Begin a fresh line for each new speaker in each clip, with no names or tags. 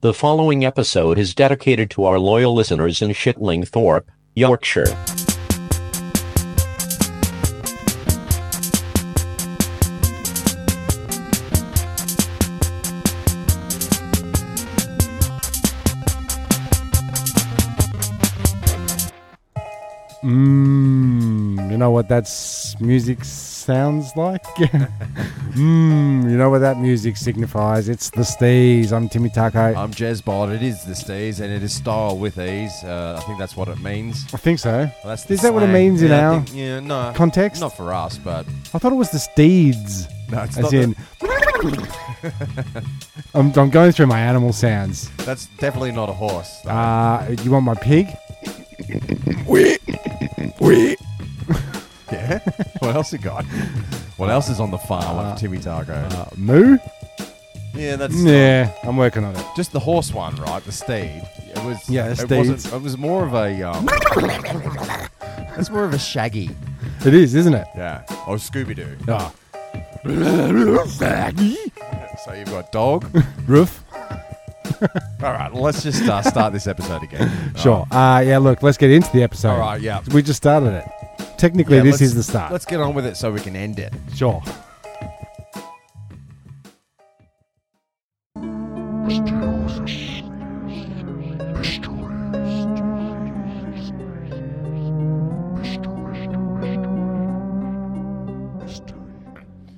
The following episode is dedicated to our loyal listeners in Shitling Thorpe, Yorkshire.
Mmm, you know what that s- music sounds like? Mmm, you know what that music signifies? It's the Stees. I'm Timmy Taco.
I'm Jez Bard. It is this days, and it is style with ease. Uh, I think that's what it means.
I think so.
Well, that's
Is
the
that what it
slang.
means in
yeah, I
our
think- yeah, no
context?
Not for us, but
I thought it was the Steeds.
no, it's
as
not.
in. I'm, I'm going through my animal sounds.
that's definitely not a horse.
Uh, you want my pig?
yeah. what else you got? What else is on the farm of Timmy Targo?
Uh, moo?
yeah, that's
Yeah, I'm working on it.
just the horse one, right? The steed. It was.
Yeah, the
it
steeds.
wasn't. It was more of a. Um, it's more of a shaggy.
It is, isn't it?
Yeah. Oh, Scooby Doo.
Ah,
So you've got dog.
roof?
All right. Let's just uh, start this episode again.
Sure. Uh, yeah, look, let's get into the episode.
Oh. All right, yeah.
We just started it. Technically,
Yeah,
this
let's-
is the start.
Let's get on with it so we can end it.
Sure.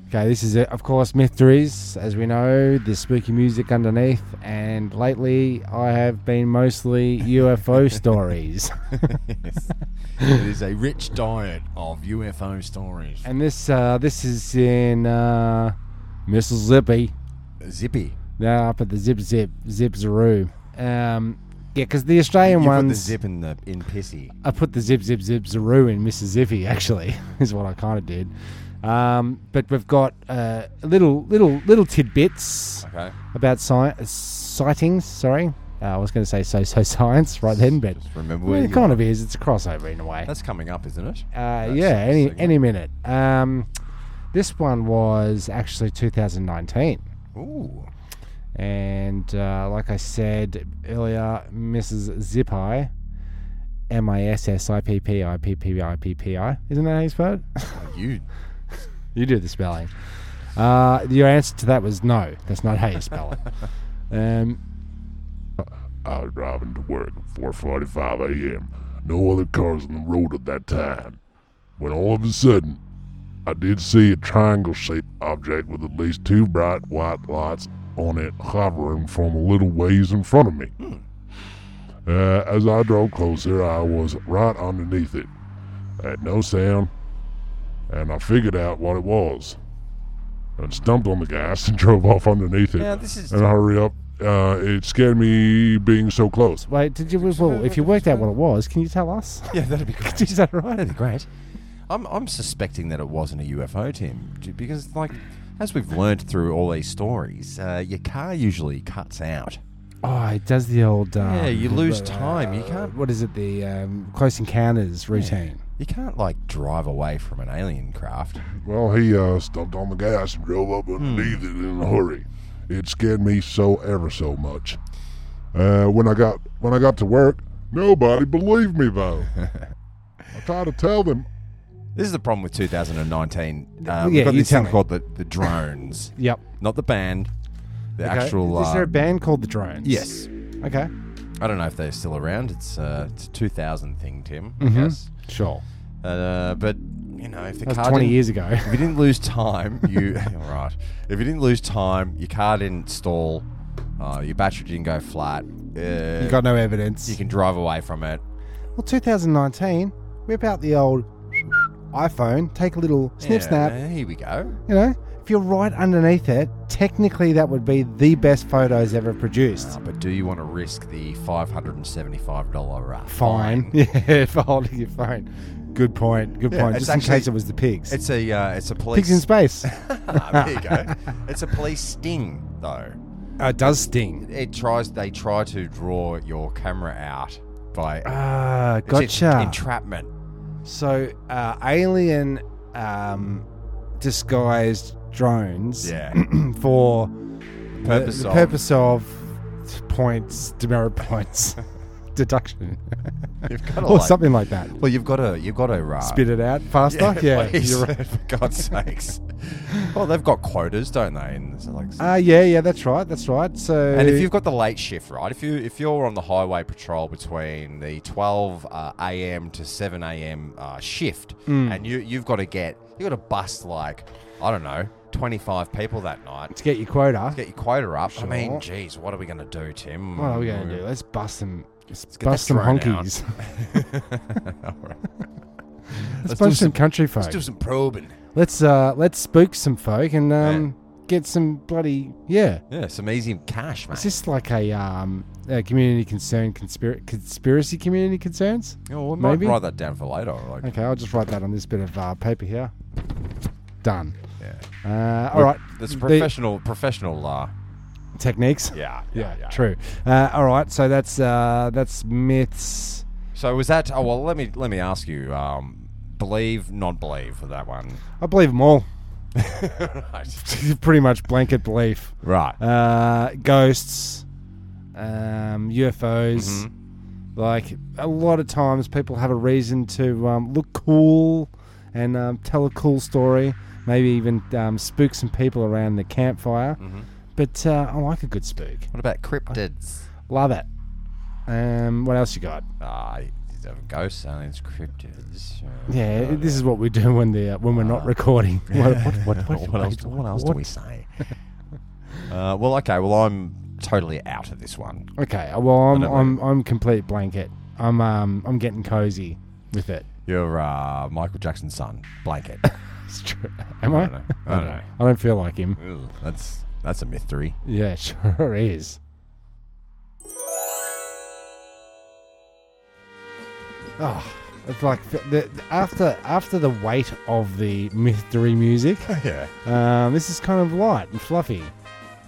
Okay, this is it. Of course, Mysteries, as we know, the spooky music underneath, and lately I have been mostly UFO stories.
it is a rich diet of UFO stories.
And this uh, this is in uh, Mississippi.
Zippy.
They're up at the Zip Zip Zip Zaroo. Um, yeah, because the Australian
you put the
ones.
zip in the in pissy.
I put the Zip Zip Zip Zaroo in Mississippi. Actually, is what I kind of did. Um, but we've got uh, little little little tidbits
Okay.
about sci- sightings. Sorry, uh, I was going to say so so science right then, but
Just remember
well,
where
it
you
kind of is. It's a crossover in a way.
That's coming up, isn't it?
Uh,
That's
yeah,
the
any
segment.
any minute. Um, this one was actually 2019,
Ooh.
and uh, like I said earlier, Mrs. Zippy, M I S S I P P I P P I P P I. Isn't that how you spell it?
You
you do the spelling. Uh, your answer to that was no. That's not how you spell it. Um,
I was driving to work at 4:45 a.m. No other cars on the road at that time. When all of a sudden, I did see a triangle-shaped object with at least two bright white lights on it hovering from a little ways in front of me.
Hmm.
Uh, as I drove closer, I was right underneath it. I had no sound, and I figured out what it was. And stumped on the gas and drove off underneath it.
Yeah, this is-
And I hurry up. Uh, it scared me being so close.
wait, did you? Well, if you worked out what it was, can you tell us?
Yeah, that'd be great.
is that right?
That'd be great. I'm I'm suspecting that it wasn't a UFO, Tim, d- because like as we've learned through all these stories, uh, your car usually cuts out.
Oh, it does the old. Um,
Yeah, you lose time. You can't-
What is it? The um, close encounters routine.
You can't like drive away from an alien craft.
Well, he uh, stumped on the gas and drove up underneath it in a hurry. It scared me so ever so much. Uh, when I got when I got to work, nobody believed me though. I tried to tell them.
This is the problem with 2019. Um,
Yeah,
we've got
you
this
tell
thing
me.
called the, the drones,
Yep.
not the band. The
Okay.
actual.
Is there a
um,
band called the Drones?
Yes.
Okay.
I don't know if they're still around. It's uh, it's a 2000 thing, Tim.
Mhm.
Yes.
Sure.
Uh, but you know, if the
That was
car
20
didn't-
years ago.
if you didn't lose time, you all right. If you didn't lose time, your car didn't stall, uh, your battery didn't go flat. Uh,
you got no evidence.
you can drive away from it.
well, 2019, whip out the old iPhone, take a little snip
Yeah,
snap.
uh, Here we go.
You know, if you're right underneath it, technically that would be the best photos ever produced.
Uh, but do you want to risk the five hundred and seventy-five dollar uh,
Fine. Yeah, for holding your phone. Good point. Good
Yeah,
point.
it's
Just in case
actually-
it was the pigs.
It's a uh, it's a police
pigs in space.
Ah, there you go. It's a police sting, though.
Uh, it does sting.
It tries. They try to draw your camera out by
Ah,
it's en-
gotcha.
entrapment.
so, uh, alien um, disguised drones
Yeah.
for the-
purpose
the
of-
purpose of points, demerit points, deduction,
You've got to
or
like,
something like that.
Well, you've got to you've got to uh,
Spit it out faster. Yeah,
please,
you're right.
for God's sakes. Well, they've got quotas, don't they? And so like,
Ah, yeah, yeah, that's right, that's right. So,
and if you've got the late shift, right? If you if you're on the highway patrol between the 12 uh, a.m. to 7 a.m. Uh, shift,
Hmm.
and you you've got to get you've got to bust like I don't know 25 people that night.
to get your quota,
Get your quota up. I mean,
Sure.
geez, what are we going to do, Tim? Mm.
what are we going to do? Let's bust some, let's
get
bust
that
some
thrown out.
honkies.
All right.
let's
do
bust some
some-
country folk.
Let's do some probing.
Let's uh, let's spook some folk and um, get some bloody yeah.
Yeah, some easy cash, mate.
Is this like a um a community concern conspira- conspiracy community concerns?
Yeah, well, we might
Maybe.
write that down for later. Like,
Okay, I'll just write that on this bit of uh, paper here. Done.
yeah.
Uh, all right.
That's
The
professional, professional. Uh,
techniques.
yeah,
True. Uh, all right. So that's uh, that's myths.
So was that? Oh well, let me let me ask you. Um, believe, not believe for that one.
I believe them all.
right.
Pretty much blanket belief.
Right.
Uh, ghosts, um, UFOs. Like a lot of times, people have a reason to um, look cool and um, tell a cool story. Maybe even um, spook some people around the campfire. But uh, I like a good spook.
What about cryptids?
Love it. Um, what else you got?
Ah, uh, ghosts, aliens, cryptids. uh,
Yeah,
uh,
this is what we do when the uh, when we're not recording. What, what, what, what,
what else? What else do we say? uh, well, okay. Well, I'm totally out of this one.
Okay, uh, well I'm
don't
I'm, I'm complete blanket. I'm um I'm getting cozy with it.
You're uh, Michael Jackson's son, blanket.
It's true. Am
I
I?
don't know. I don't know.
I don't feel like him.
Ugh, That's that's a mystery.
Yeah, sure is. Oh, it's like the, the- after after the weight of the mystery music,
yeah.
um, this is kind of light and fluffy.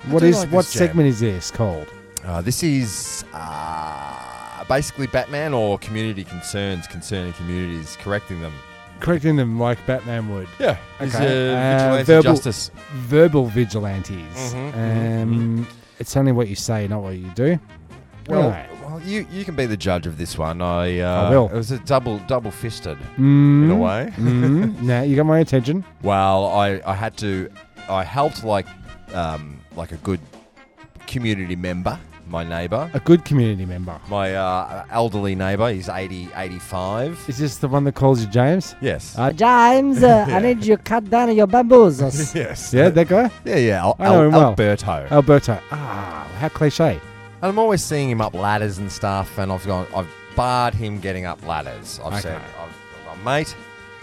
What
do
is
like
what
this jam.
segment is this called?
Uh, this is uh, basically Batman or community concerns concerning communities, correcting them.
Correcting them like Batman would.
Yeah.
Okay.
It's uh,
Uh,
vigilante
verbal-
justice.
Verbal vigilantes.
Mhm,
um, It's only what you say, not what you do.
Well,
Alright.
well, you you can be the judge of this one. I, uh,
I will.
It was a double double fisted
Mm,
in a way.
mm, now you got my attention.
Well, I, I had to, I helped like um, like a good community member, my neighbour,
A good community member.
my uh, elderly neighbour. He's 80, 85.
Is this the one that calls you James?
Yes.
Uh,
James, uh, I need you to cut down your bamboozles.
yes.
yeah, that guy?
Yeah, yeah. Al-
I know
Al-
him well.
Alberto.
Alberto. Ah, how cliche.
And I'm always seeing him up ladders and stuff, and I've gone, I've barred him getting up ladders. I've
Okay.
said, I've, I've gone, mate,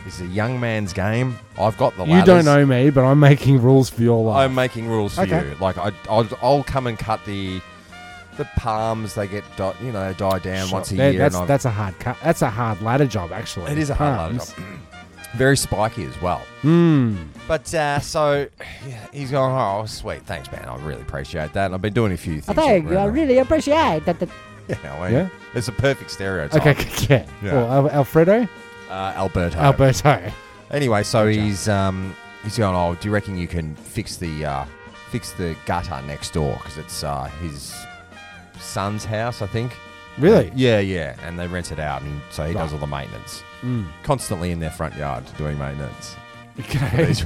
this is a young man's game. I've got the
You
ladders.
don't know me, but I'm making rules for your life.
I'm making rules for
Okay.
you. Like I, I'll, I'll come and cut the, the palms. They get, di- you know, die down once a
That-
year.
that's,
and I'm-
that's a hard cut. That's a hard ladder job, actually.
It is a hard ladder
Palms.
job. very spiky as well.
Mm.
But uh, so yeah, he's going, oh sweet, thanks man, I really appreciate that. And I've been doing a few
I
things.
thank you. I really appreciate that. that-
yeah, I mean,
Yeah?
It's a perfect stereotype.
Okay, yeah.
Yeah.
Well, Al- Alfredo?
uh, Alberto.
Alberto.
Anyway, so he's um, he's going. Oh, do you reckon you can fix the uh, fix the gutter next door because it's uh, his son's house, I think.
Really?
Yeah, yeah. And they rent it out, and so he does
Right.
all the maintenance.
Mm.
Constantly in their front yard doing maintenance. for
Okay.
These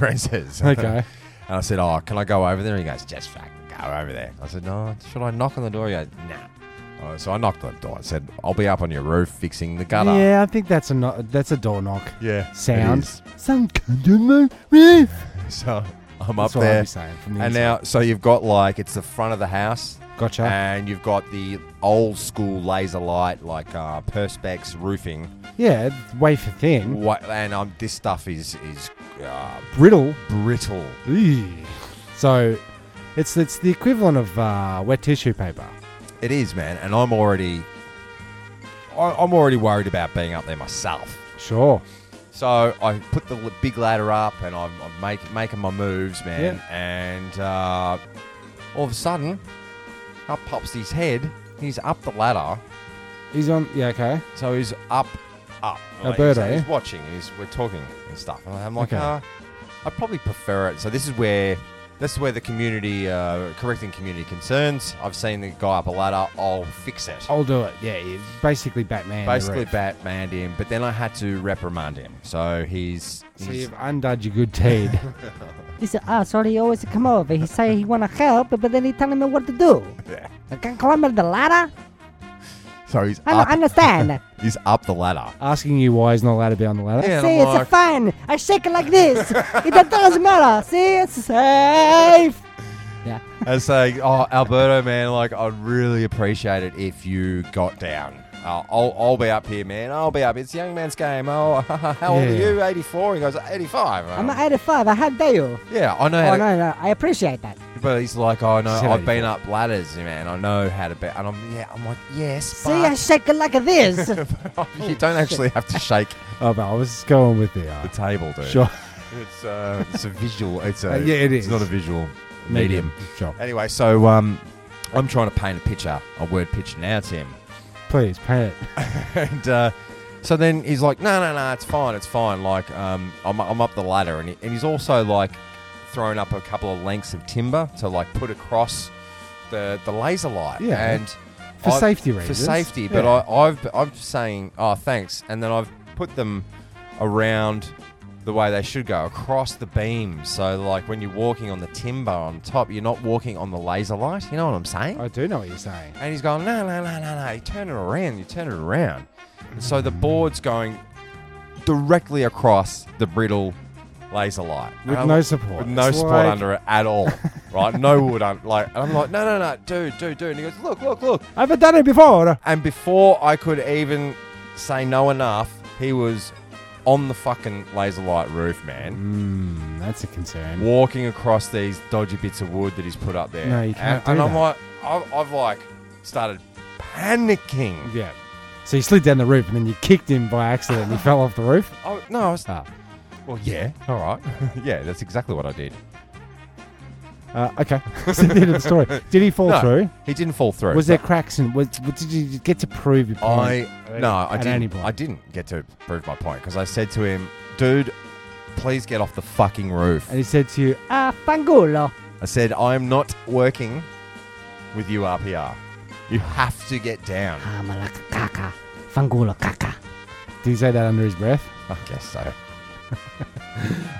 renters.
okay.
and I said, "Oh, can I go over there?" And he goes, "Just fucking go over there." I said, "No, should I knock on the door?" He goes, "Nah." Uh, so I knocked on the door. I said, "I'll be up on your roof fixing the gutter."
Yeah, I think that's a no- that's a door knock
Yeah. it
sound.
is.
Some kind of move. That's
So I'm up
what I'd
there.
be saying from the
And
inside.
now, so you've got like it's the front of the house,
gotcha.
and you've got the old school laser light, like uh, perspex roofing.
yeah, it's wafer thin,
Wha- and um, this stuff is is uh,
brittle.
brittle.
Eee. So, it's it's the equivalent of uh, wet tissue paper.
It is, man. And I'm already, I- I'm already worried about being up there myself.
Sure.
So I put the l- big ladder up, and I'm, I'm make, making my moves, man. And uh, all of a sudden, up pops his head. He's up the ladder.
He's on. Yeah. Okay.
So he's up, up. Like,
Alberto,
he's,
eh?
he's watching. He's we're talking and stuff. And I'm like,
Okay.
uh, I probably prefer it. So this is where This is where the community, uh, correcting community concerns. I've seen the guy up a ladder. I'll fix it.
I'll do it. Yeah, he's basically Batman. the
Basically,
Oh, ref.
Batmaned him, but then I had to reprimand him. So he's.
So
he's
you've undone your good deed.
He said, ah, sorry, he always come over. He say he want to help, but then he telling me what to do.
Yeah.
I can climb up the ladder?
so he's
I don't
up,
understand.
he's up the ladder.
Asking you why he's not allowed to be on the ladder.
Yeah, and
See,
I'm
it's a
like-
fun. I shake it like this. it doesn't matter. See, it's safe. Yeah.
and saying, "Oh, Alberto, man, like I'd really appreciate it if you got down. Uh, I'll, I'll be up here, man. I'll be up. It's young man's game. Oh, how old
Yeah.
are you? 84." He goes, "85."
I'm
Um,
85. I had you.
yeah, I know.
Oh,
How
no,
to,
no. I appreciate that.
But he's like, "Oh no,
He's
I've been
84.
up ladders, man. I know how to be." And I'm, yeah, I'm like, "Yes,
See, I shake it like this.
but you don't actually have to shake
Oh, but I was just going with the.
the
Uh,
table, dude.
sure.
It's uh, it's a visual. It's a
Uh, yeah, it
It's
is.
not a visual medium.
Medium. Uh, Sure.
Anyway, so um, I'm trying to paint a picture, a word picture now, Tim.
Please, pay it.
and uh, so then he's like, no, no, no, it's fine, it's fine. Like, um, I'm, I'm up the ladder, and, he, and he's also like thrown up a couple of lengths of timber to like put across the the laser light.
Yeah.
and
For
I-
safety
for
reasons.
safety. But
Yeah.
I, I've I'm saying, oh, thanks, and then I've put them around the way they should go across the beam. So like when you're walking on the timber on top, you're not walking on the laser light. You know what I'm saying?
I do know what you're saying.
And he's going, no, no, no, no, no. You turn it around, you turn it around. And so the board's going directly across the brittle laser light.
With
And
no
I'm-
support.
With no
It's
support
like-
under it at all. right? No wood. Un- like, and I'm like, no, no, no, dude, dude, dude. And he goes, look, look, look.
I've done it before.
And before I could even say no enough, he was on the fucking laser light roof, man.
Mm, that's a concern.
Walking across these dodgy bits of wood that he's put up there.
No, you
And,
can't do
and I'm
that.
like, I've, I've like started panicking.
Yeah. So you slid down the roof and then you kicked him by accident and he fell off the roof?
Oh no, I was.
Ah.
Well, yeah, all right, yeah, that's exactly what I did.
Uh, okay. That's the end of the story. Did he fall
No.
through?
He didn't fall through.
Was there
but
cracks in? Was, what- did you get to prove your point?
I
at-
no, I
at any
didn't.
point?
I didn't get to prove my point because I said to him, "Dude, please get off the fucking roof."
And he said to you,
Ah, fangolo.
I said, "I am not working with you, RPR. You have to get down."
Ah, malaka kaka. Fangulo kaka.
did he say that under his breath?
I guess so.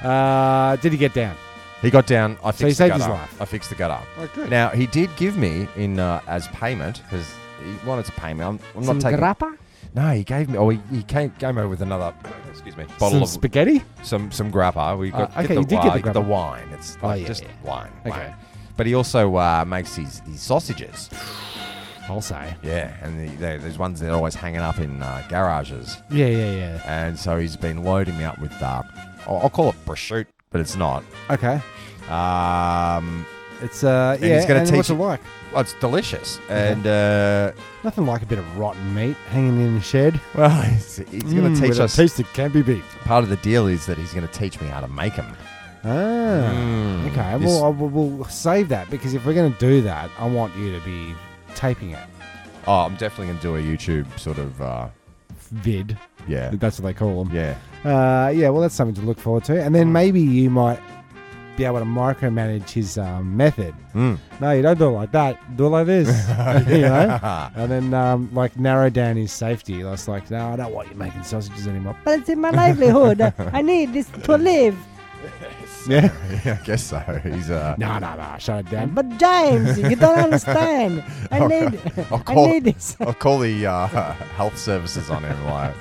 Uh, did he get down?
He got down. I fixed
he
the
saved
gutter.
his life.
I fixed the gutter.
Oh, good.
Now he did give me in uh, as payment because he wanted to pay me. I'm, I'm
Some
not taking.
grappa?
No, he gave me. Oh, he, he came came over with another. Excuse me.
Some
Bottle of
spaghetti?
some some grappa. We got
Uh, okay,
get the,
you did get
wi-
the grappa.
wine. It's
Oh,
like
yeah,
just
yeah.
wine.
Okay.
wine. But he also uh, makes these these sausages.
I'll say.
Yeah, and the, they there's ones that are always hanging up in uh, garages.
Yeah, yeah, yeah.
And so he's been loading me up with. Uh, I'll, I'll call it prosciutto, but it's not.
Okay.
Um,
It's, uh,
And
yeah,
he's gonna
and
teach
what's it
you-
like?
well, it's delicious, and uh,
Nothing like a bit of rotten meat hanging in the shed.
well, he's, he's going
Mm,
to teach
with a
us.
piece that can be beat.
part of the deal is that he's going to teach me how to make them.
Ah.
Mm.
Okay,
This-
well, I, will- we'll save that because if we're going to do that, I want you to be taping it.
Oh, I'm definitely going to do a YouTube sort of. Uh,
Vid.
yeah.
That's what they call them.
Yeah.
Uh, yeah, well, that's something to look forward to. And
Mm.
then maybe you might be able to micromanage his um, method.
Mm.
No, you don't do it like that. Do it like this. you know? And then, um, like, narrow down his safety. That's like, no, I don't want you making sausages anymore.
But it's in my livelihood. I need this to live.
Yeah.
yeah, I guess so. He's uh,
No, no, no. Shut it down.
But James, you don't understand. I need,
I'll
I
call-
need this.
I'll call the uh, health services on him. Like,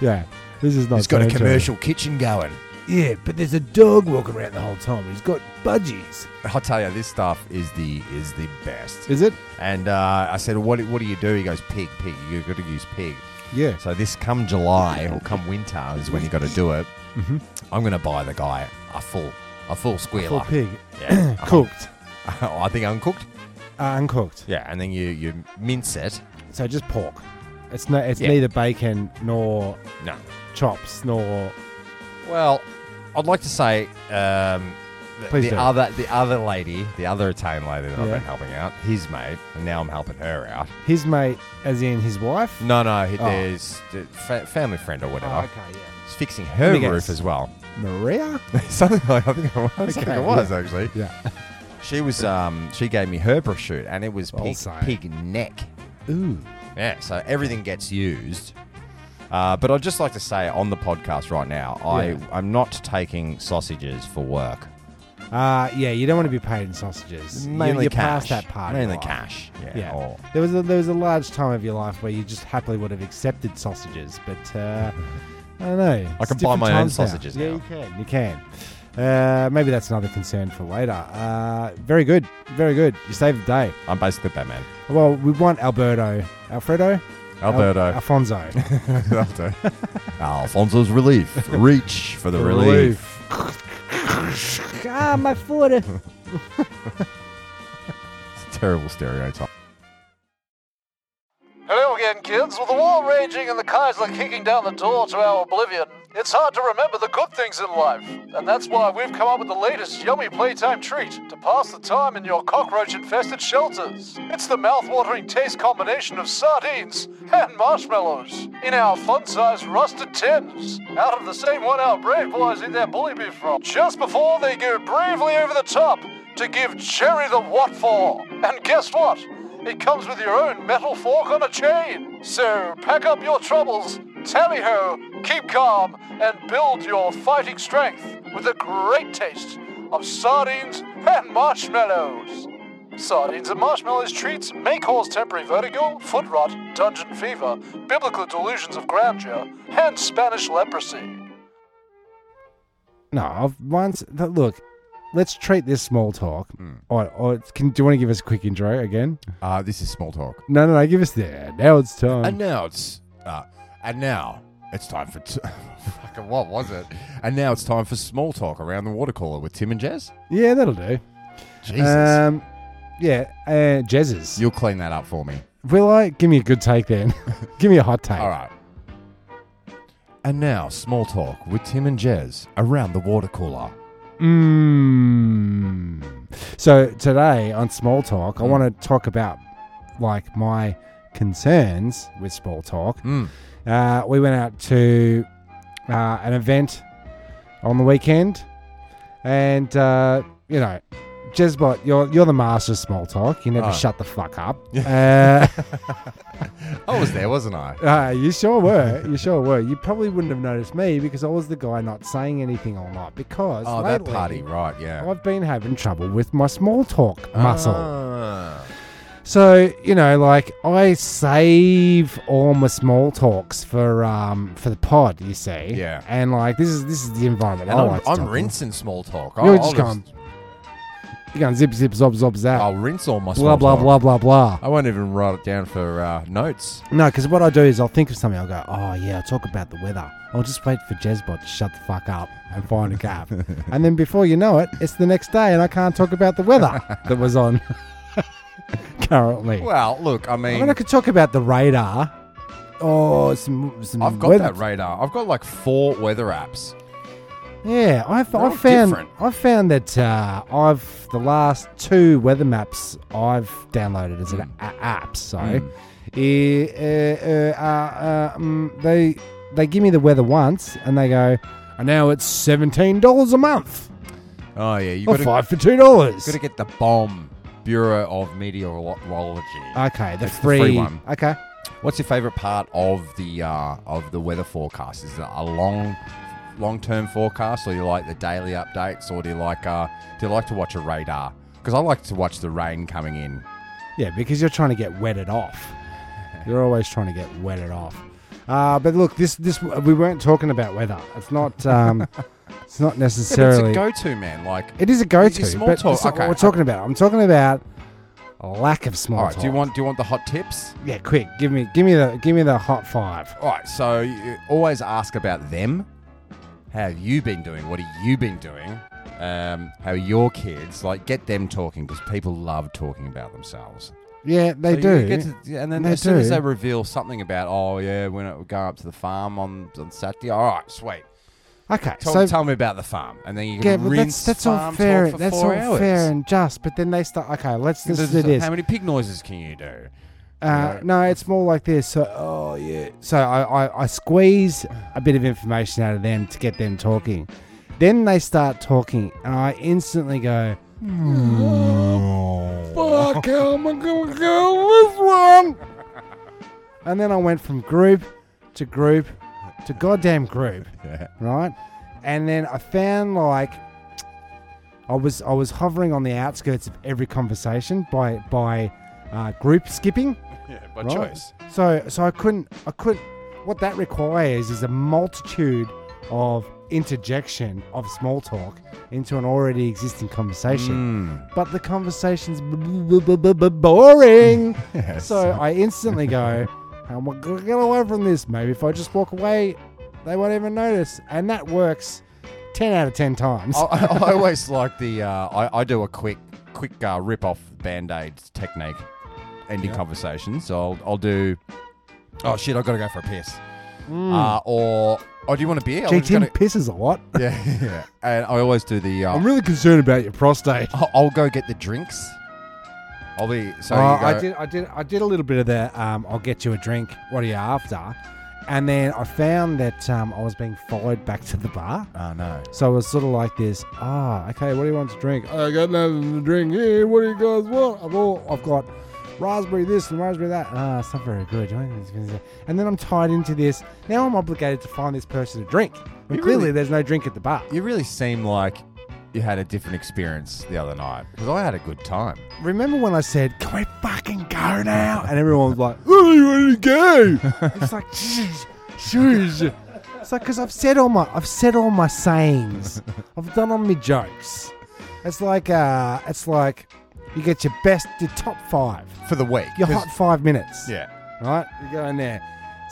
Yeah. This is not
he's got a
sanitary.
commercial kitchen going.
Yeah, but there's a dog walking around the whole time. He's got budgies.
I'll tell you, this stuff is the is the best.
Is it?
And uh, I said, what, what do you do? He goes, pig, pig. You've got to use pig.
Yeah.
So this come July or come winter is when you got to do it.
Mhm.
I'm going to buy the guy a full a full squealer.
Full pig.
Yeah.
Cooked.
I think uncooked.
Uh, uncooked.
Yeah, and then you you mince it.
So just pork. It's no it's
Yeah.
neither bacon nor
No.
chops nor
Well, I'd like to say um, th-
Please
the
do.
other the other lady, the other Italian lady that I've
Yeah.
been helping out, his mate, and now I'm helping her out.
his mate as in his wife.
No, no, he,
Oh.
there's the fa- family friend or whatever.
Oh, okay, yeah.
He's fixing
Let
her
me guess.
roof as well.
Maria?
Something like I think it was, I think
Okay,
it was actually.
Yeah.
She was um she gave me her prosciutto and it was pig,
say.
pig neck.
Ooh.
Yeah, so everything gets used. Uh, but I'd just like to say on the podcast right now, I,
Yeah.
I'm not taking sausages for work.
Uh, yeah, you don't want to be paid in sausages. You-
Mainly
you're past
cash.
that part. of
Mainly
life.
cash. Yeah.
Yeah.
or-
There was a, there was a large time of your life where you just happily would have accepted sausages, but uh, I don't know. It's
can buy
different
my own
times now.
sausages
Yeah,
now.
you can. You can. Uh, maybe that's another concern for later. Uh, very good. Very good. You saved the day.
I'm basically Batman.
Well, we want Alberto. Alfredo? Al-
Alberto.
Alfonso.
Alberto. Alfonso's relief. Reach for the, relief.
Ah, my foot.
It's a terrible stereotype.
Hello again, kids. With the war raging and the Kaiser kicking down the door to our oblivion, it's hard to remember the good things in life. And that's why we've come up with the latest yummy playtime treat to pass the time in your cockroach infested shelters. It's the mouth-watering taste combination of sardines and marshmallows in our fun sized rusted tins, out of the same one our brave boys eat their bully beef from, just before they go bravely over the top to give Cherry the what for. And guess what? It comes with your own metal fork on a chain. So pack up your troubles, tally ho, keep calm, and build your fighting strength with a great taste of sardines and marshmallows. Sardines and marshmallows treats may cause temporary vertigo, foot rot, dungeon fever, biblical delusions of grandeur, and Spanish leprosy.
No, I've once. But look, let's treat this small talk.
Hmm.
Or, or can, do you want to give us a quick intro again?
Uh, this is small talk.
No, no, no. Give us there. Now it's time.
And now it's uh, and now it's time for t- fucking what was it? And now it's time for small talk around the water cooler with Tim and Jez.
yeah, that'll do.
Jesus,
Um, yeah, uh, Jezzes.
you'll clean that up for me.
Will I? Give me a good take then. give me a hot take.
All right. And now small talk with Tim and Jez around the water cooler.
Mm. So today on Small Talk,
Hmm.
I want to talk about like my concerns with Small Talk.
Mm.
Uh, we went out to uh, an event on the weekend, and uh, you know, Jezbot, you're you're the master of small talk. You never
Oh.
shut the fuck up. uh,
I was there, wasn't I?
uh, you sure were. You sure were. You probably wouldn't have noticed me because I was the guy not saying anything all night because
Oh, that
lately,
party, right? Yeah.
I've been having trouble with my small talk Oh, muscle.
Ah.
So you know, like I save all my small talks for um for the pod. You see,
Yeah.
And like this is this is the environment.
And
I
I'm,
like to
I'm
talk in.
rinsing small talk.
Oh, You're just
I'll
going You're going zip zip zob zob zap.
I'll rinse all my
blah
small
blah
talk.
blah blah blah.
I won't even write it down for uh, notes.
No, because what I do is I'll think of something. I'll go, oh yeah, I'll talk about the weather. I'll just wait for Jezbot to shut the fuck up and find a gap. and then before you know it, it's the next day, and I can't talk about the weather that was on currently.
Well, look, I mean,
I mean, I could talk about the radar. Oh, some some.
I've got
weather.
that radar. I've got like four weather apps.
Yeah, I've,
They're all
I've found
different.
I've found that uh, I've the last two weather maps I've downloaded as
Mm.
an a- app. So, eh, uh, uh, uh, um, they they give me the weather once, and they go, and now it's seventeen dollars a month,
Oh yeah, you
or
got to
five for two dollars.
got to get the bomb Bureau of Meteorology.
Okay, the
It's the
free,
free one.
Okay,
What's your favorite part of the uh, of the weather forecast? Is it a long long term forecast, or you like the daily updates, or do you like uh, do you like to watch a radar? Because I like to watch the rain coming in.
yeah, because you're trying to get wetted off. You're always trying to get wetted off. Uh, but look, this this we weren't talking about weather. It's not. Um, It's not necessarily.
It's a go to man. Like,
It is a go-to,
It's small
but
talk,
it's not
okay.
what we're talking about. I'm talking about a lack of small
all right,
talk.
do you want do you want the hot tips?
Yeah, quick, give me, give me the, give me the hot five.
All right, so you always ask about them. How have you been doing? What have you been doing? Um, how are your kids? Like, get them talking because people love talking about themselves.
Yeah, they
So you
do.
get to- yeah, and then
They
as soon as
do.
they reveal something about, oh yeah, when it go up to the farm on, on Saturday. All right, sweet.
okay,
Tell,
so
tell me about the farm, and then you can
yeah, but that's
rinse
that's all
farm
fair.
talk for
That's all
four hours.
fair and just. But then they start. Okay, let's
This
listen
is-
to this.
How many pig noises can you do?
Uh, no, it's more like this. So, oh yeah. So I, I, I squeeze a bit of information out of them to get them talking. Then they start talking, and I instantly go, "Oh, Fuck, how am I gonna go with one? And then I went from group to group to goddamn group, right? And then I found like I was I was hovering on the outskirts of every conversation by by uh, group skipping.
Yeah, by
Right.
choice.
So so I couldn't I couldn't what that requires is a multitude of interjection of small talk into an already existing conversation.
Mm.
But the conversation's b- b- b- b- boring. So I instantly go, how am I gonna get away from this? Maybe if I just walk away, they won't even notice. And that works ten out of ten times.
I, I I always like the. Uh, I, I do a quick, quick uh, rip off band aid technique, ending conversations. So I'll, I'll do. Oh shit! I've got to go for a piss.
Mm.
Uh, or oh, do you want a beer? I'm
Gee,
just
Tim
gonna-
pisses a lot.
yeah, yeah. And I always do the. Uh,
I'm really concerned about your prostate.
I'll- I'll go get the drinks. I'll be. So
Oh,
you go,
I did, I did, I did a little bit of the. Um, I'll get you a drink. What are you after? And then I found that um, I was being followed back to the bar.
Oh no.
So it was sort of like this. Ah, okay. What do you want to drink? "Oh, I got nothing to drink here. What do you guys want? I've all, I've got raspberry this and raspberry that. Ah, it's not very good. And then I'm tied into this. Now I'm obligated to find this person a drink. But
You really-
clearly, there's no drink at the bar.
You really seem like you had a different experience the other night because I had a good time.
Remember when I said, "Can we fucking go now?" And everyone was like, "Where do you want to go?" it's like, "Jeez, jeez." It's like because I've said all my I've said all my sayings. I've done all my jokes. It's like uh, it's like you get your best, your top five,
For the week.
your
'cause-
hot five minutes.
Yeah.
right. You go in there,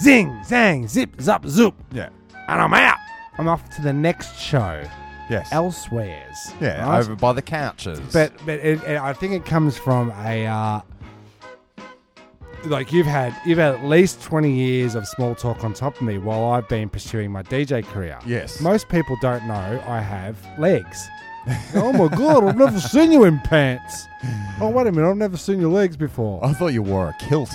zing, zang, zip, zup, zoop,
Yeah.
and I'm out. I'm off to the next show
Yes.
elsewhere's.
yeah.
right?
Over by the couches.
But but it, it, I think it comes from a uh, like you've had you've had at least twenty years of small talk on top of me while I've been pursuing my DJ career.
Yes.
most people don't know I have legs. oh my god, I've never seen you in pants. Oh wait a minute, I've never seen your legs before.
I thought you wore a kilt.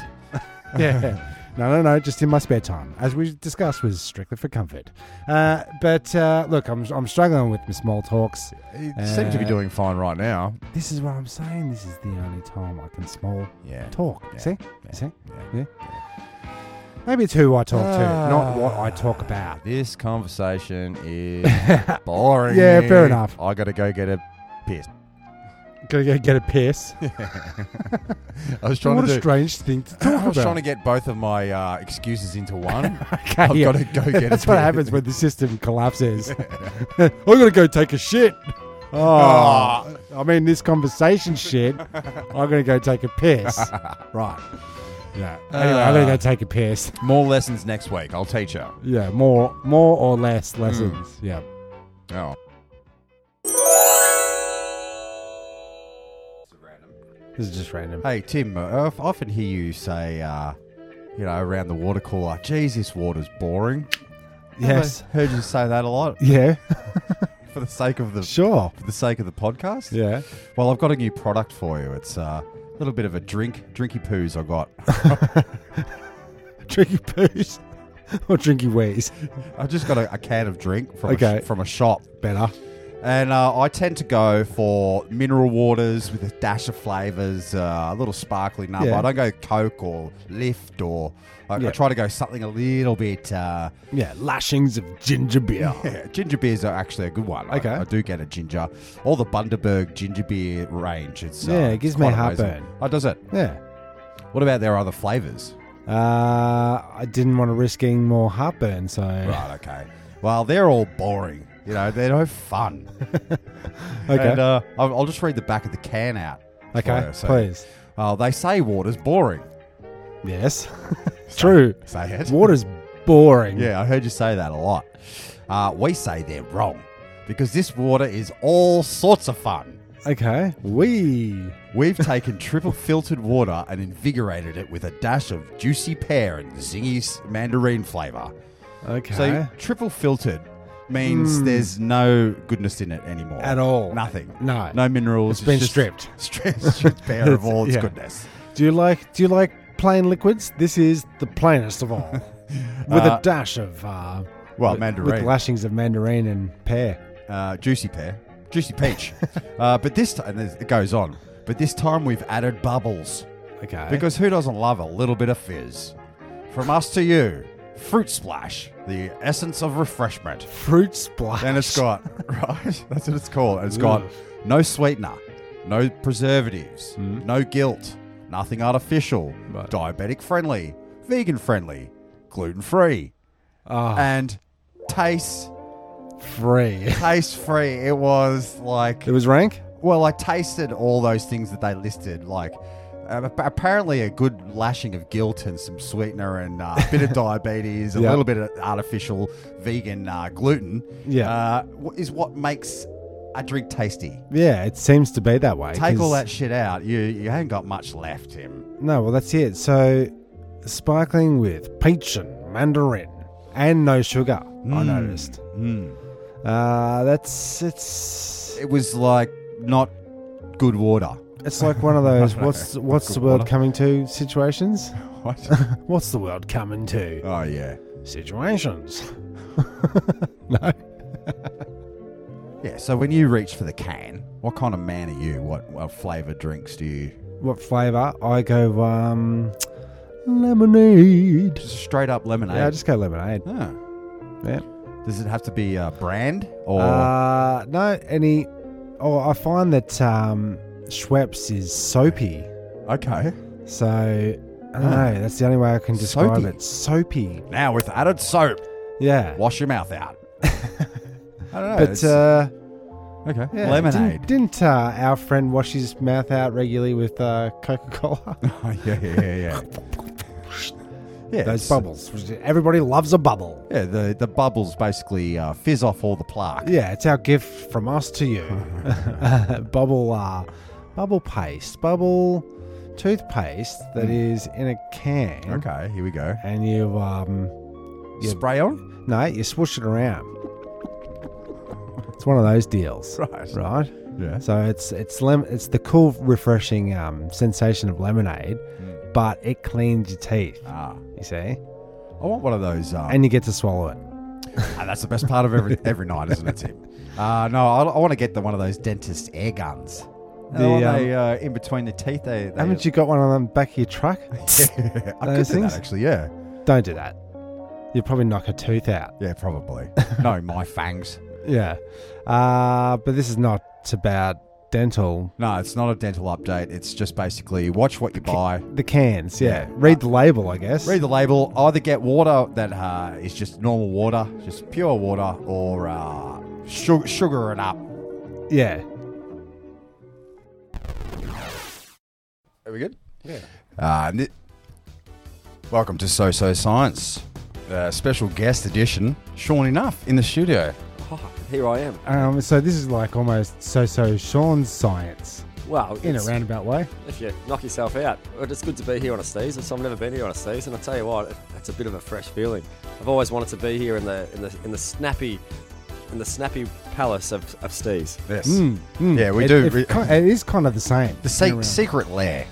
yeah. No, no, no! Just in my spare time, as we discussed, was strictly for comfort. Uh, but uh, look, I'm, I'm struggling with my small talks.
You seem to be
Uh,
doing fine right now.
This is what I'm saying. This is the only time I can small
Yeah.
talk.
Yeah.
See?
Yeah.
See?
Yeah.
Yeah. Maybe it's who I talk to, not what I talk about.
This conversation is boring.
Yeah, fair enough.
I gotta go get a piss.
Gotta go get a piss.
I was trying
what a
to do.
strange thing to talk
I
about.
was trying to get both of my uh, excuses into one.
okay,
I've gotta go get a
That's what
piss.
happens when the system collapses. I gotta go take a shit.
Ah.
Oh, I mean this conversation shit. I'm gonna go take a piss. right. Yeah. Anyway, I'm gonna go take a piss.
More lessons next week. I'll teach you.
Yeah. More, more or less lessons. Yeah.
Oh.
This is just random.
Hey, Tim, uh, I often hear you say, uh, you know, around the water cooler, geez, this water's boring.
Yes.
I've heard you say that a lot
Yeah.
for the sake of the
Sure.
for the sake of the podcast.
Yeah.
Well, I've got a new product for you. It's uh, a little bit of a drink, drinky poos I got.
Drinky poos or drinky ways.
I just got a, a can of drink from, a,
Okay.
sh- from a shop.
Better.
And uh, I tend to go for mineral waters with a dash of flavors, uh, a little sparkly number.
Yeah.
I don't go Coke or Lift or I,
Yeah.
I try to go something a little bit. Uh,
Yeah, lashings of ginger beer.
yeah, ginger beers are actually a good one. I-
Okay.
I, do get a ginger. All the Bundaberg ginger beer range. It's uh,
Yeah, it
it's
gives me
quite amazing.
heartburn.
Oh, does it?
yeah.
What about their other flavors?
Uh, I didn't want to risk getting more heartburn, so
Right. Okay. Well, they're all boring. You know, they're no fun.
okay,
And, uh, I'll I'll just read the back of the can out. for
okay,
you. So,
please.
uh, they say water's boring.
Yes, true.
Say it.
Water's boring.
Yeah, I heard you say that a lot. Uh, we say they're wrong because this water is all sorts of fun.
Okay. We.
We've taken triple filtered water and invigorated it with a dash of juicy pear and zingy s- mandarin flavour.
Okay. Hmm.
So, triple filtered means there's no goodness in it anymore.
At all.
Nothing.
No.
No minerals.
It's been
just
stripped.
Stripped, stripped bare of
It's-
all its
yeah.
goodness.
do you like? Do you like plain liquids? This is the plainest of all, with
Uh,
a dash of uh, with-
Well,
with
mandarin.
lashings of mandarin and pear.
uh, juicy pear. Juicy peach. uh, but this time, it goes on. But this time we've added bubbles.
Okay.
Because who doesn't love a little bit of fizz? From us to you, Fruit Splash, the essence of refreshment.
fruit splash.
And it's got, right? That's what it's called. And it's got no sweetener, no preservatives, no guilt, nothing artificial,
Hmm. Right.
diabetic friendly, vegan friendly, gluten free,
oh,
and taste
free.
taste free. It was like
it was rank.
well, I tasted all those things that they listed. Like, uh, ap- apparently, a good lashing of guilt and some sweetener and uh, a bit of diabetes, a
Yeah.
little bit of artificial vegan uh, gluten,
Yeah.
uh, w- is what makes a drink tasty.
Yeah, it seems to be that way.
Take all
'cause-
that shit out, you you haven't got much left, Tim.
No, well, that's it. So, sparkling with peach and mandarin and no sugar. I noticed. Uh, that's it's
It was like not good water.
it's like one of those what's what's the world coming to situations.
What?
What's the world coming to
oh yeah,
situations? no.
yeah. So when you reach for the can, what kind of man are you? What, what flavored drinks do you?
What flavor? I go um lemonade.
Just straight up lemonade.
Yeah, I just go lemonade.
Ah.
Yeah.
Does it have to be a brand or
Uh, no, any. Oh, I find that um, Schweppes is soapy.
okay?
So I don't know. That's the only way I can describe
Ah, Soapy.
it. Soapy.
Now with added soap,
Yeah.
wash your mouth out. I don't know.
But
it's-
uh,
okay,
yeah,
lemonade.
Didn't, didn't uh, our friend wash his mouth out regularly with uh, Coca Cola?
Oh, yeah, yeah, yeah, yeah. yeah
Those
it's-
bubbles. Everybody loves a bubble.
Yeah, the the bubbles basically uh, fizz off all the plaque.
Yeah, it's our gift from us to you. bubble, uh, bubble paste, bubble toothpaste that is in a can.
Mm. Okay, here we go.
and you um Yeah.
Spray on.
no you swoosh it around it's one of those deals
Right.
right
Yeah.
so it's it's lem- it's the cool refreshing um sensation of lemonade
Hmm.
but it cleans your teeth
Ah,
you see
I want one of those. Uh,
and you get to swallow it
Ah, that's the best part of every every night, isn't it, Tim? Uh, no, I, I want to get the one of those dentist air guns. The,
The,
one
um,
they, uh, in between the teeth, they. they
haven't you got one on the back of your truck
I could
those
do
things?
that actually. Yeah,
don't do that you'll probably knock a tooth out
yeah, probably. no, my fangs.
yeah uh but this is not about dental
No, it's not a dental update. It's just basically watch what you buy.
the cans yeah,
Yeah.
read the label i guess
Read the label. Either get water that uh, is just normal water, just pure water, or uh, sugar, sugar it up.
yeah
Are we good? Yeah. Uh, ni- Welcome to So So Science. Uh, special guest edition, Sean Enough in the studio.
Here I am.
Um, so this is like almost so-so Sean's science
Wow.
in a
it's-
roundabout way.
If you knock yourself out, but it's good to be here on a steez. It's- I've never been here on a steez, and I tell you what, it- it's a bit of a fresh feeling. I've always wanted to be here in the in the in the snappy, in the snappy palace of of steez.
Yes.
Mm.
Yeah, we
It-
do.
it
We-
ki- it is kind of the same. in
The
a
se-
round-
secret lair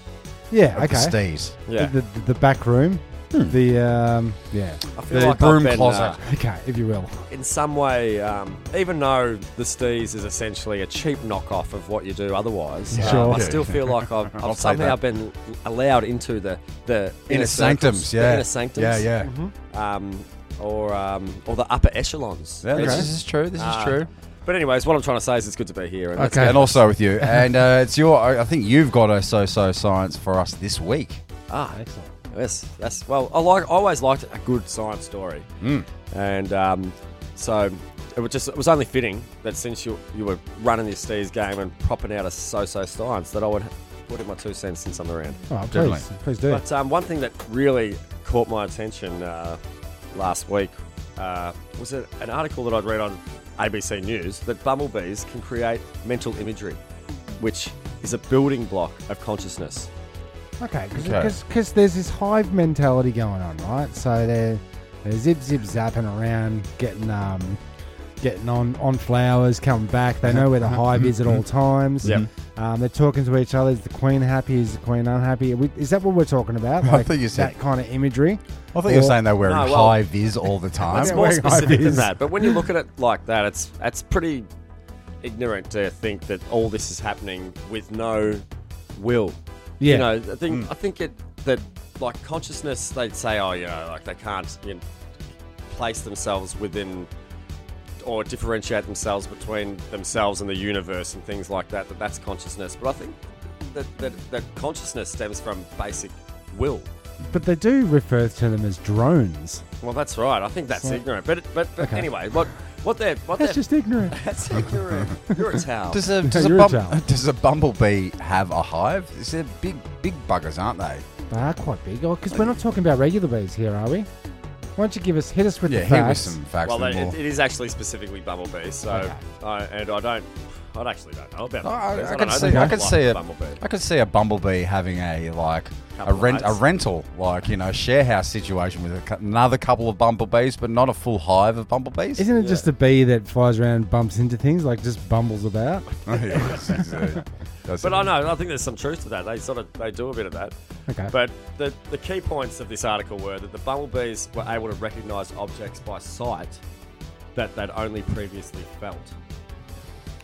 yeah,
of
okay.
the stees.
Yeah.
The, the, the back room,
Hmm.
the um, yeah,
I feel
The
like I've
broom
been,
closet.
uh,
okay, if you will.
in some way, um, even though the steez is essentially a cheap knockoff of what you do otherwise, um, I
Sure.
still feel like I've,
I'll
I've
take
somehow
that.
been allowed into the the
Inner, sanctums.
circles,
yeah.
the inner sanctums,
Yeah, yeah.
um, or um, or the upper echelons.
Yeah,
It's
This is true. This
Ah.
is true.
But anyways, what I'm trying to say is it's good to be here. And that's
Okay.
it.
And also with you. And uh, it's your. I I think you've got a so-so science for us this week.
Ah, excellent. Yes, that's well. I like. I always liked a good science story, mm. and um, so it was just it was only fitting that since you you were running your Steve's game and propping out a so-so science that I would put in my two cents since I'm around.
Oh,
Definitely.
please, please do.
But um, one thing that really caught my attention uh, last week uh, was a, an article that I'd read on ABC News that bumblebees can create mental imagery, which is a building block of consciousness.
okay,
Okay.
because there's this hive mentality going on, right? So they're, they're zip zip zapping around, getting um, getting on on flowers, coming back. They know where the
Uh-huh.
hive is at all
Mm-hmm.
times.
Yep.
Um, they're talking to each other. Is the queen happy? Is the queen unhappy? Are we- Is that what we're talking about?
I thought you said-
that kind of imagery.
I thought you were
Or-
saying they were
No,
wearing
well-
high vis all the time.
It's more
wearing
specific than
IVs.
that. But when you look at it like that, it's that's pretty ignorant to think that all this is happening with no will.
Yeah.
You know, I think I think it that like consciousness they'd say, oh you know, like they can't you know, place themselves within or differentiate themselves between themselves and the universe and things like that, that that's consciousness. But I think that, that, that consciousness stems from basic will.
But they do refer to them as drones.
Well, that's right. I think that's
So-
ignorant. But but, but anyway, what what they're what
That's
they're,
just ignorant.
that's ignorant. You're a towel.
Does a, does, a
you're a
bum-
towel.
does a bumblebee have a hive? Is they're big, big buggers, aren't they?
They are quite big, because we're not talking about regular bees here, are we? Why don't you give us hit us with
Yeah,
the
here with
facts?
some facts.
well,
and
they-
more.
it, it is actually specifically bumblebee. So I and I don't. I actually don't know about.
I,
bumblebees.
I, I
don't
could
know
see,
the
I could
life
see
of
a,
bumblebee.
I could see a bumblebee having a like a
Couple of
rent, a
mates.
rental, like you know, share house situation with a, cou- another couple of bumblebees, but not a full hive of bumblebees.
Isn't it just a bee that flies around and bumps into things, like just bumbles about?
But I know, I think there's some truth to that. They sort of they do a bit of that.
Okay.
But the the key points of this article were that the bumblebees were able to recognise objects by sight that they'd only previously felt.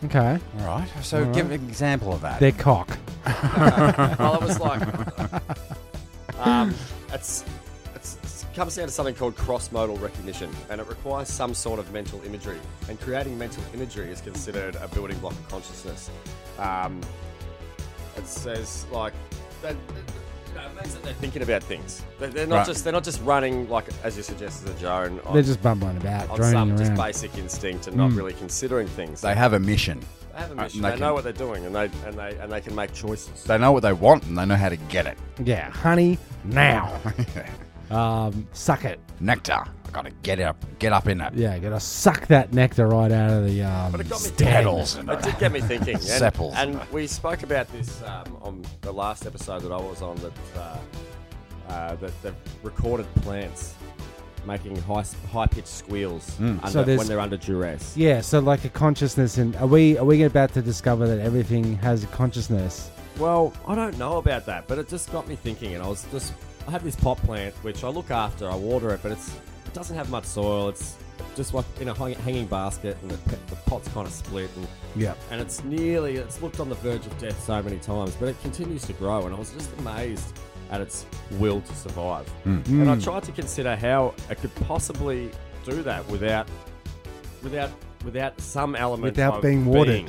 Okay.
All right. So give an example of that.
Their cock.
well, it was like, um, it's, it's, it comes down to something called cross-modal recognition, and it requires some sort of mental imagery. And creating mental imagery is considered a building block of consciousness. Um, it says like that. you know, it means that they're thinking about things. They're, they're not
Right.
just—they're not just running like, as you suggested, a drone. On,
They're just bumbling about,
on
droning
some
around.
just basic instinct and not really considering things.
They have a mission.
They have a
Uh,
mission.
they
they know
can-
what they're doing, and they and they and they can make choices.
They know what they want and they know how to get it.
Yeah, honey, now. um, suck it.
Nectar. I gotta get up, get up in that.
Yeah, gotta suck that nectar right out of the um,
But it got me
Daddles
thinking.
and
It did get me thinking. And,
Sepples.
And we spoke about this um, on the last episode that I was on that uh, uh, that the recorded plants making high high pitched squeals under,
So there's-
when they're under duress.
Yeah, so like a consciousness, and are we are we about to discover that everything has a consciousness?
Well, I don't know about that, but it just got me thinking, and I was just I have this pot plant which I look after, I water it, but it's it doesn't have much soil. It's just like in a hang- hanging basket, and the, pe- the pot's kind of split, and
Yeah.
and it's nearly it's looked on the verge of death so many times, but it continues to grow, and I was just amazed at its will to survive.
Hmm.
And I tried to consider how it could possibly do that without without without some element
Without
of
being watered.
being-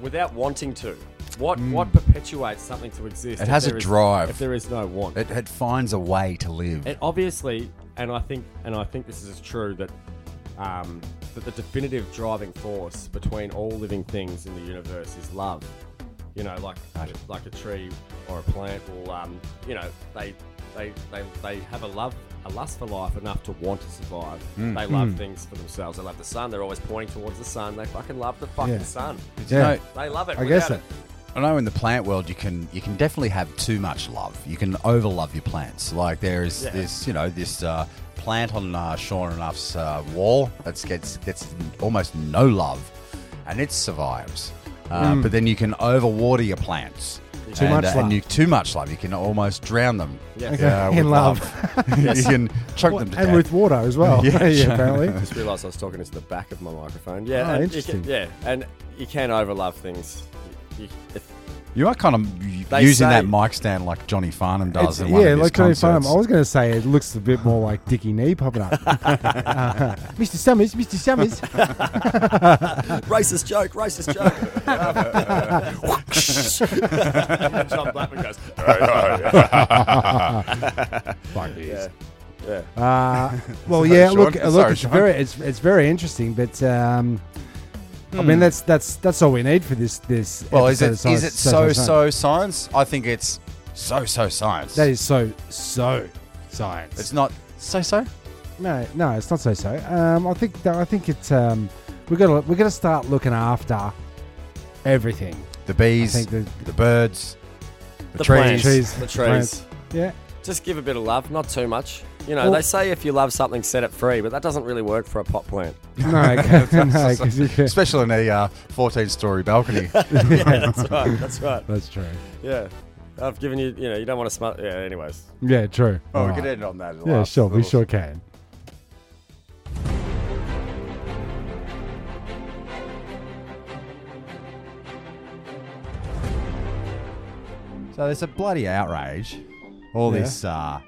without wanting to. What what perpetuates something to exist?
Mm. It
if
has a
there is-
drive.
If there is no want,
It, it finds a way to live.
and obviously, and I think, and I think this is true that, um, that the definitive driving force between all living things in the universe is love. You know, like like a tree or a plant will, um, you know, they they they they have a love. A lust for life enough to want to survive.
Mm.
They love things for themselves. They love the sun. They're always pointing towards the sun. They fucking love the fucking
Yeah.
sun.
You
Yeah.
know,
They love it.
I guess
without
it.
I know in the plant world you can you can definitely have too much love. You can overlove your plants. Like there is
Yeah.
this you know this uh, plant on uh, Sean and Uff's uh, wall that gets gets almost no love, and it survives. Uh, But then you can overwater your plants.
Hmm. Too
and,
much
uh,
love.
And you, too much love. You can almost drown them.
Yeah.
Okay.
with
In love.
you can choke them to
and
death.
with water as well.
Yeah,
Yeah,
sure.
apparently.
just realised I was talking into the back of my microphone. Yeah,
Oh,
and
interesting.
You can, yeah, and you can overlove things. You, you, if-
you are kind of
They
using
say-
that mic stand like Johnny Farnham does.
It's-
in one
yeah,
of his
like Johnny Farnham. I
concerts.
was going to say it looks a bit more like Dickie Knee popping up. Uh, Mr. Summers, Mr. Summers. Uh,
racist joke, racist joke. John Blackman goes, yeah.
Uh, well, yeah.
Sean.
Look,
Sorry,
look, it's
Sean.
very, it's, it's very interesting. But um, I mean, that's that's that's all we need for this. This
Hmm. Well, is
episode
it
of
is
Science-
it so
Science Science.
so science? I think it's so so science.
That is so so science.
It's not so so.
No, no, it's not so so. Um, I think that, I think it's um, we got to we got to start looking after everything.
The
I
bees, the,
think
birds, the,
The
trees.
plants.
Trees.
The
Plants.
trees.
Yeah,
Just give a bit of love, not too much. You know,
Well-
they say if you love something, set it free, but that doesn't really work for a pot plant.
no, no, 'cause you can-
Especially in a uh, 14 story balcony.
yeah, that's right. That's right.
that's true.
Yeah. I've given you, you know, you don't want to smell. Yeah, anyways.
Yeah, true.
oh, we
Alright.
could end on that.
Yeah,
last
sure, we
little-
sure can.
So there's a bloody outrage. All
Yeah.
this uh,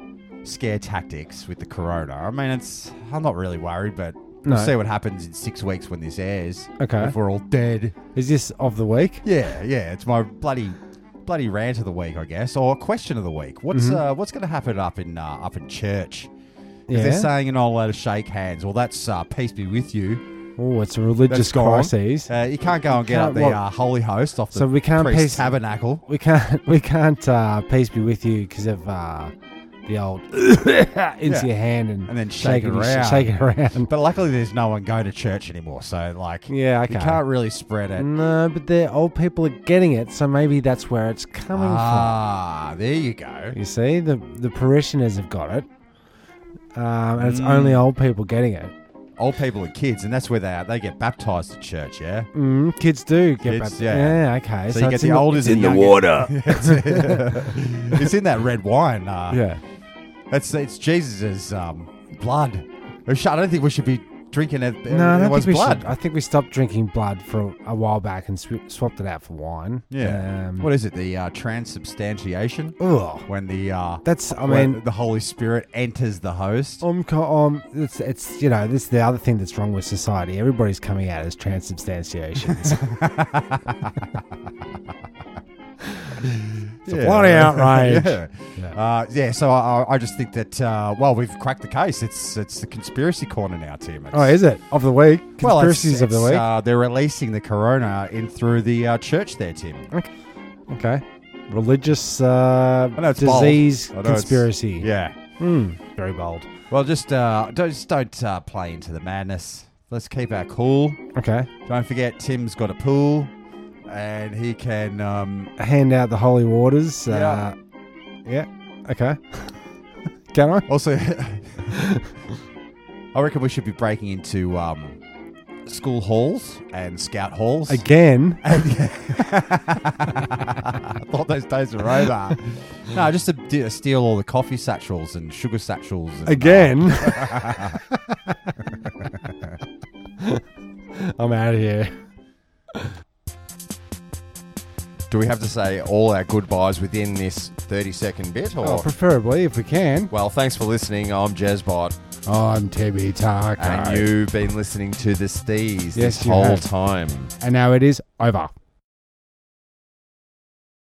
scare tactics with the corona. I mean, it's I'm not really worried, but
No.
we'll see what happens in six weeks when this airs.
Okay.
If we're all dead.
Is this of the week?
Yeah, yeah. It's my bloody bloody rant of the week, I guess, or question of the week. What's
Mm-hmm.
uh, what's going to happen up in uh, up in church? If
Yeah.
they're saying you're not allowed to shake hands, well, that's uh, peace be with you.
Oh, it's a religious
That's gone.
crisis.
Uh, you can't go and get up
Can't
the
what?
uh, holy host off the
So we can't
priest's
peace-
tabernacle.
We can't. We can't. Uh, peace be with you because of uh, the old into
Yeah.
your hand and,
And then shake it
your-
around.
Shake it around.
But luckily, there's no one going to church anymore, so like,
Yeah,
you
okay. Mm,
can't really spread it.
No, but the old people are getting it, so maybe that's where it's coming
Ah, there you go.
from. You see, the the parishioners have got it, um, and it's only
Mm.
old people getting it.
Old people and kids, and that's where they are. They get baptized at church, yeah.
Mm, kids do get
Kids,
baptized.
yeah.
okay.
So, you get
it's
the
in
oldest
in
and
the
youngest.
water.
it's in that red wine. Uh,
Yeah.
That's it's Jesus's um, blood. I sh- I don't think we should be drinking it.
No, I
it
don't
was
think we
blood.
should. I think we stopped drinking blood for a while back and sw- swapped it out for wine.
Yeah.
Um,
what is it? The uh, transubstantiation.
ugh.
When the uh,
That's. I
when
mean, Oh,
the Holy Spirit enters the host.
I'm. co- I'm it's. It's. You know, this is the other thing that's wrong with society. Everybody's coming out as transubstantiations.
It's a
bloody outrage.
yeah.
Yeah.
Uh, yeah, so I, I- I just think that, uh, well, we've cracked the case. It's it's the conspiracy corner now, Tim. It's,
oh, is it of the week?
well, it's-
Conspiracies of the
it's,
week.
Uh, they're releasing the corona in through the uh, church there, Tim.
okay. Religious uh,
I know it's bold.
disease
I know it's-
conspiracy.
Yeah.
Hmm. very bold.
Well, just uh, don't, just don't uh, play into the madness. Let's keep our cool.
Okay.
Don't forget, Tim's got a pool, and he can. Um,
Hand out the holy waters.
Yeah.
Uh, yeah. Okay. Can I?
also, I reckon we should be breaking into um, school halls and scout halls.
Again.
I thought those days were over. no, just to d- steal all the coffee satchels and sugar satchels. And, uh,
Again. I'm out of here.
do we have to say all our goodbyes within this 30 second bit? Or?
Oh, preferably if we can.
well, thanks for listening. I'm Jezbot,
I'm Timmy Taco.
and you've been listening to the Stees
Yes,
this
you
whole
have.
time.
And now it is over.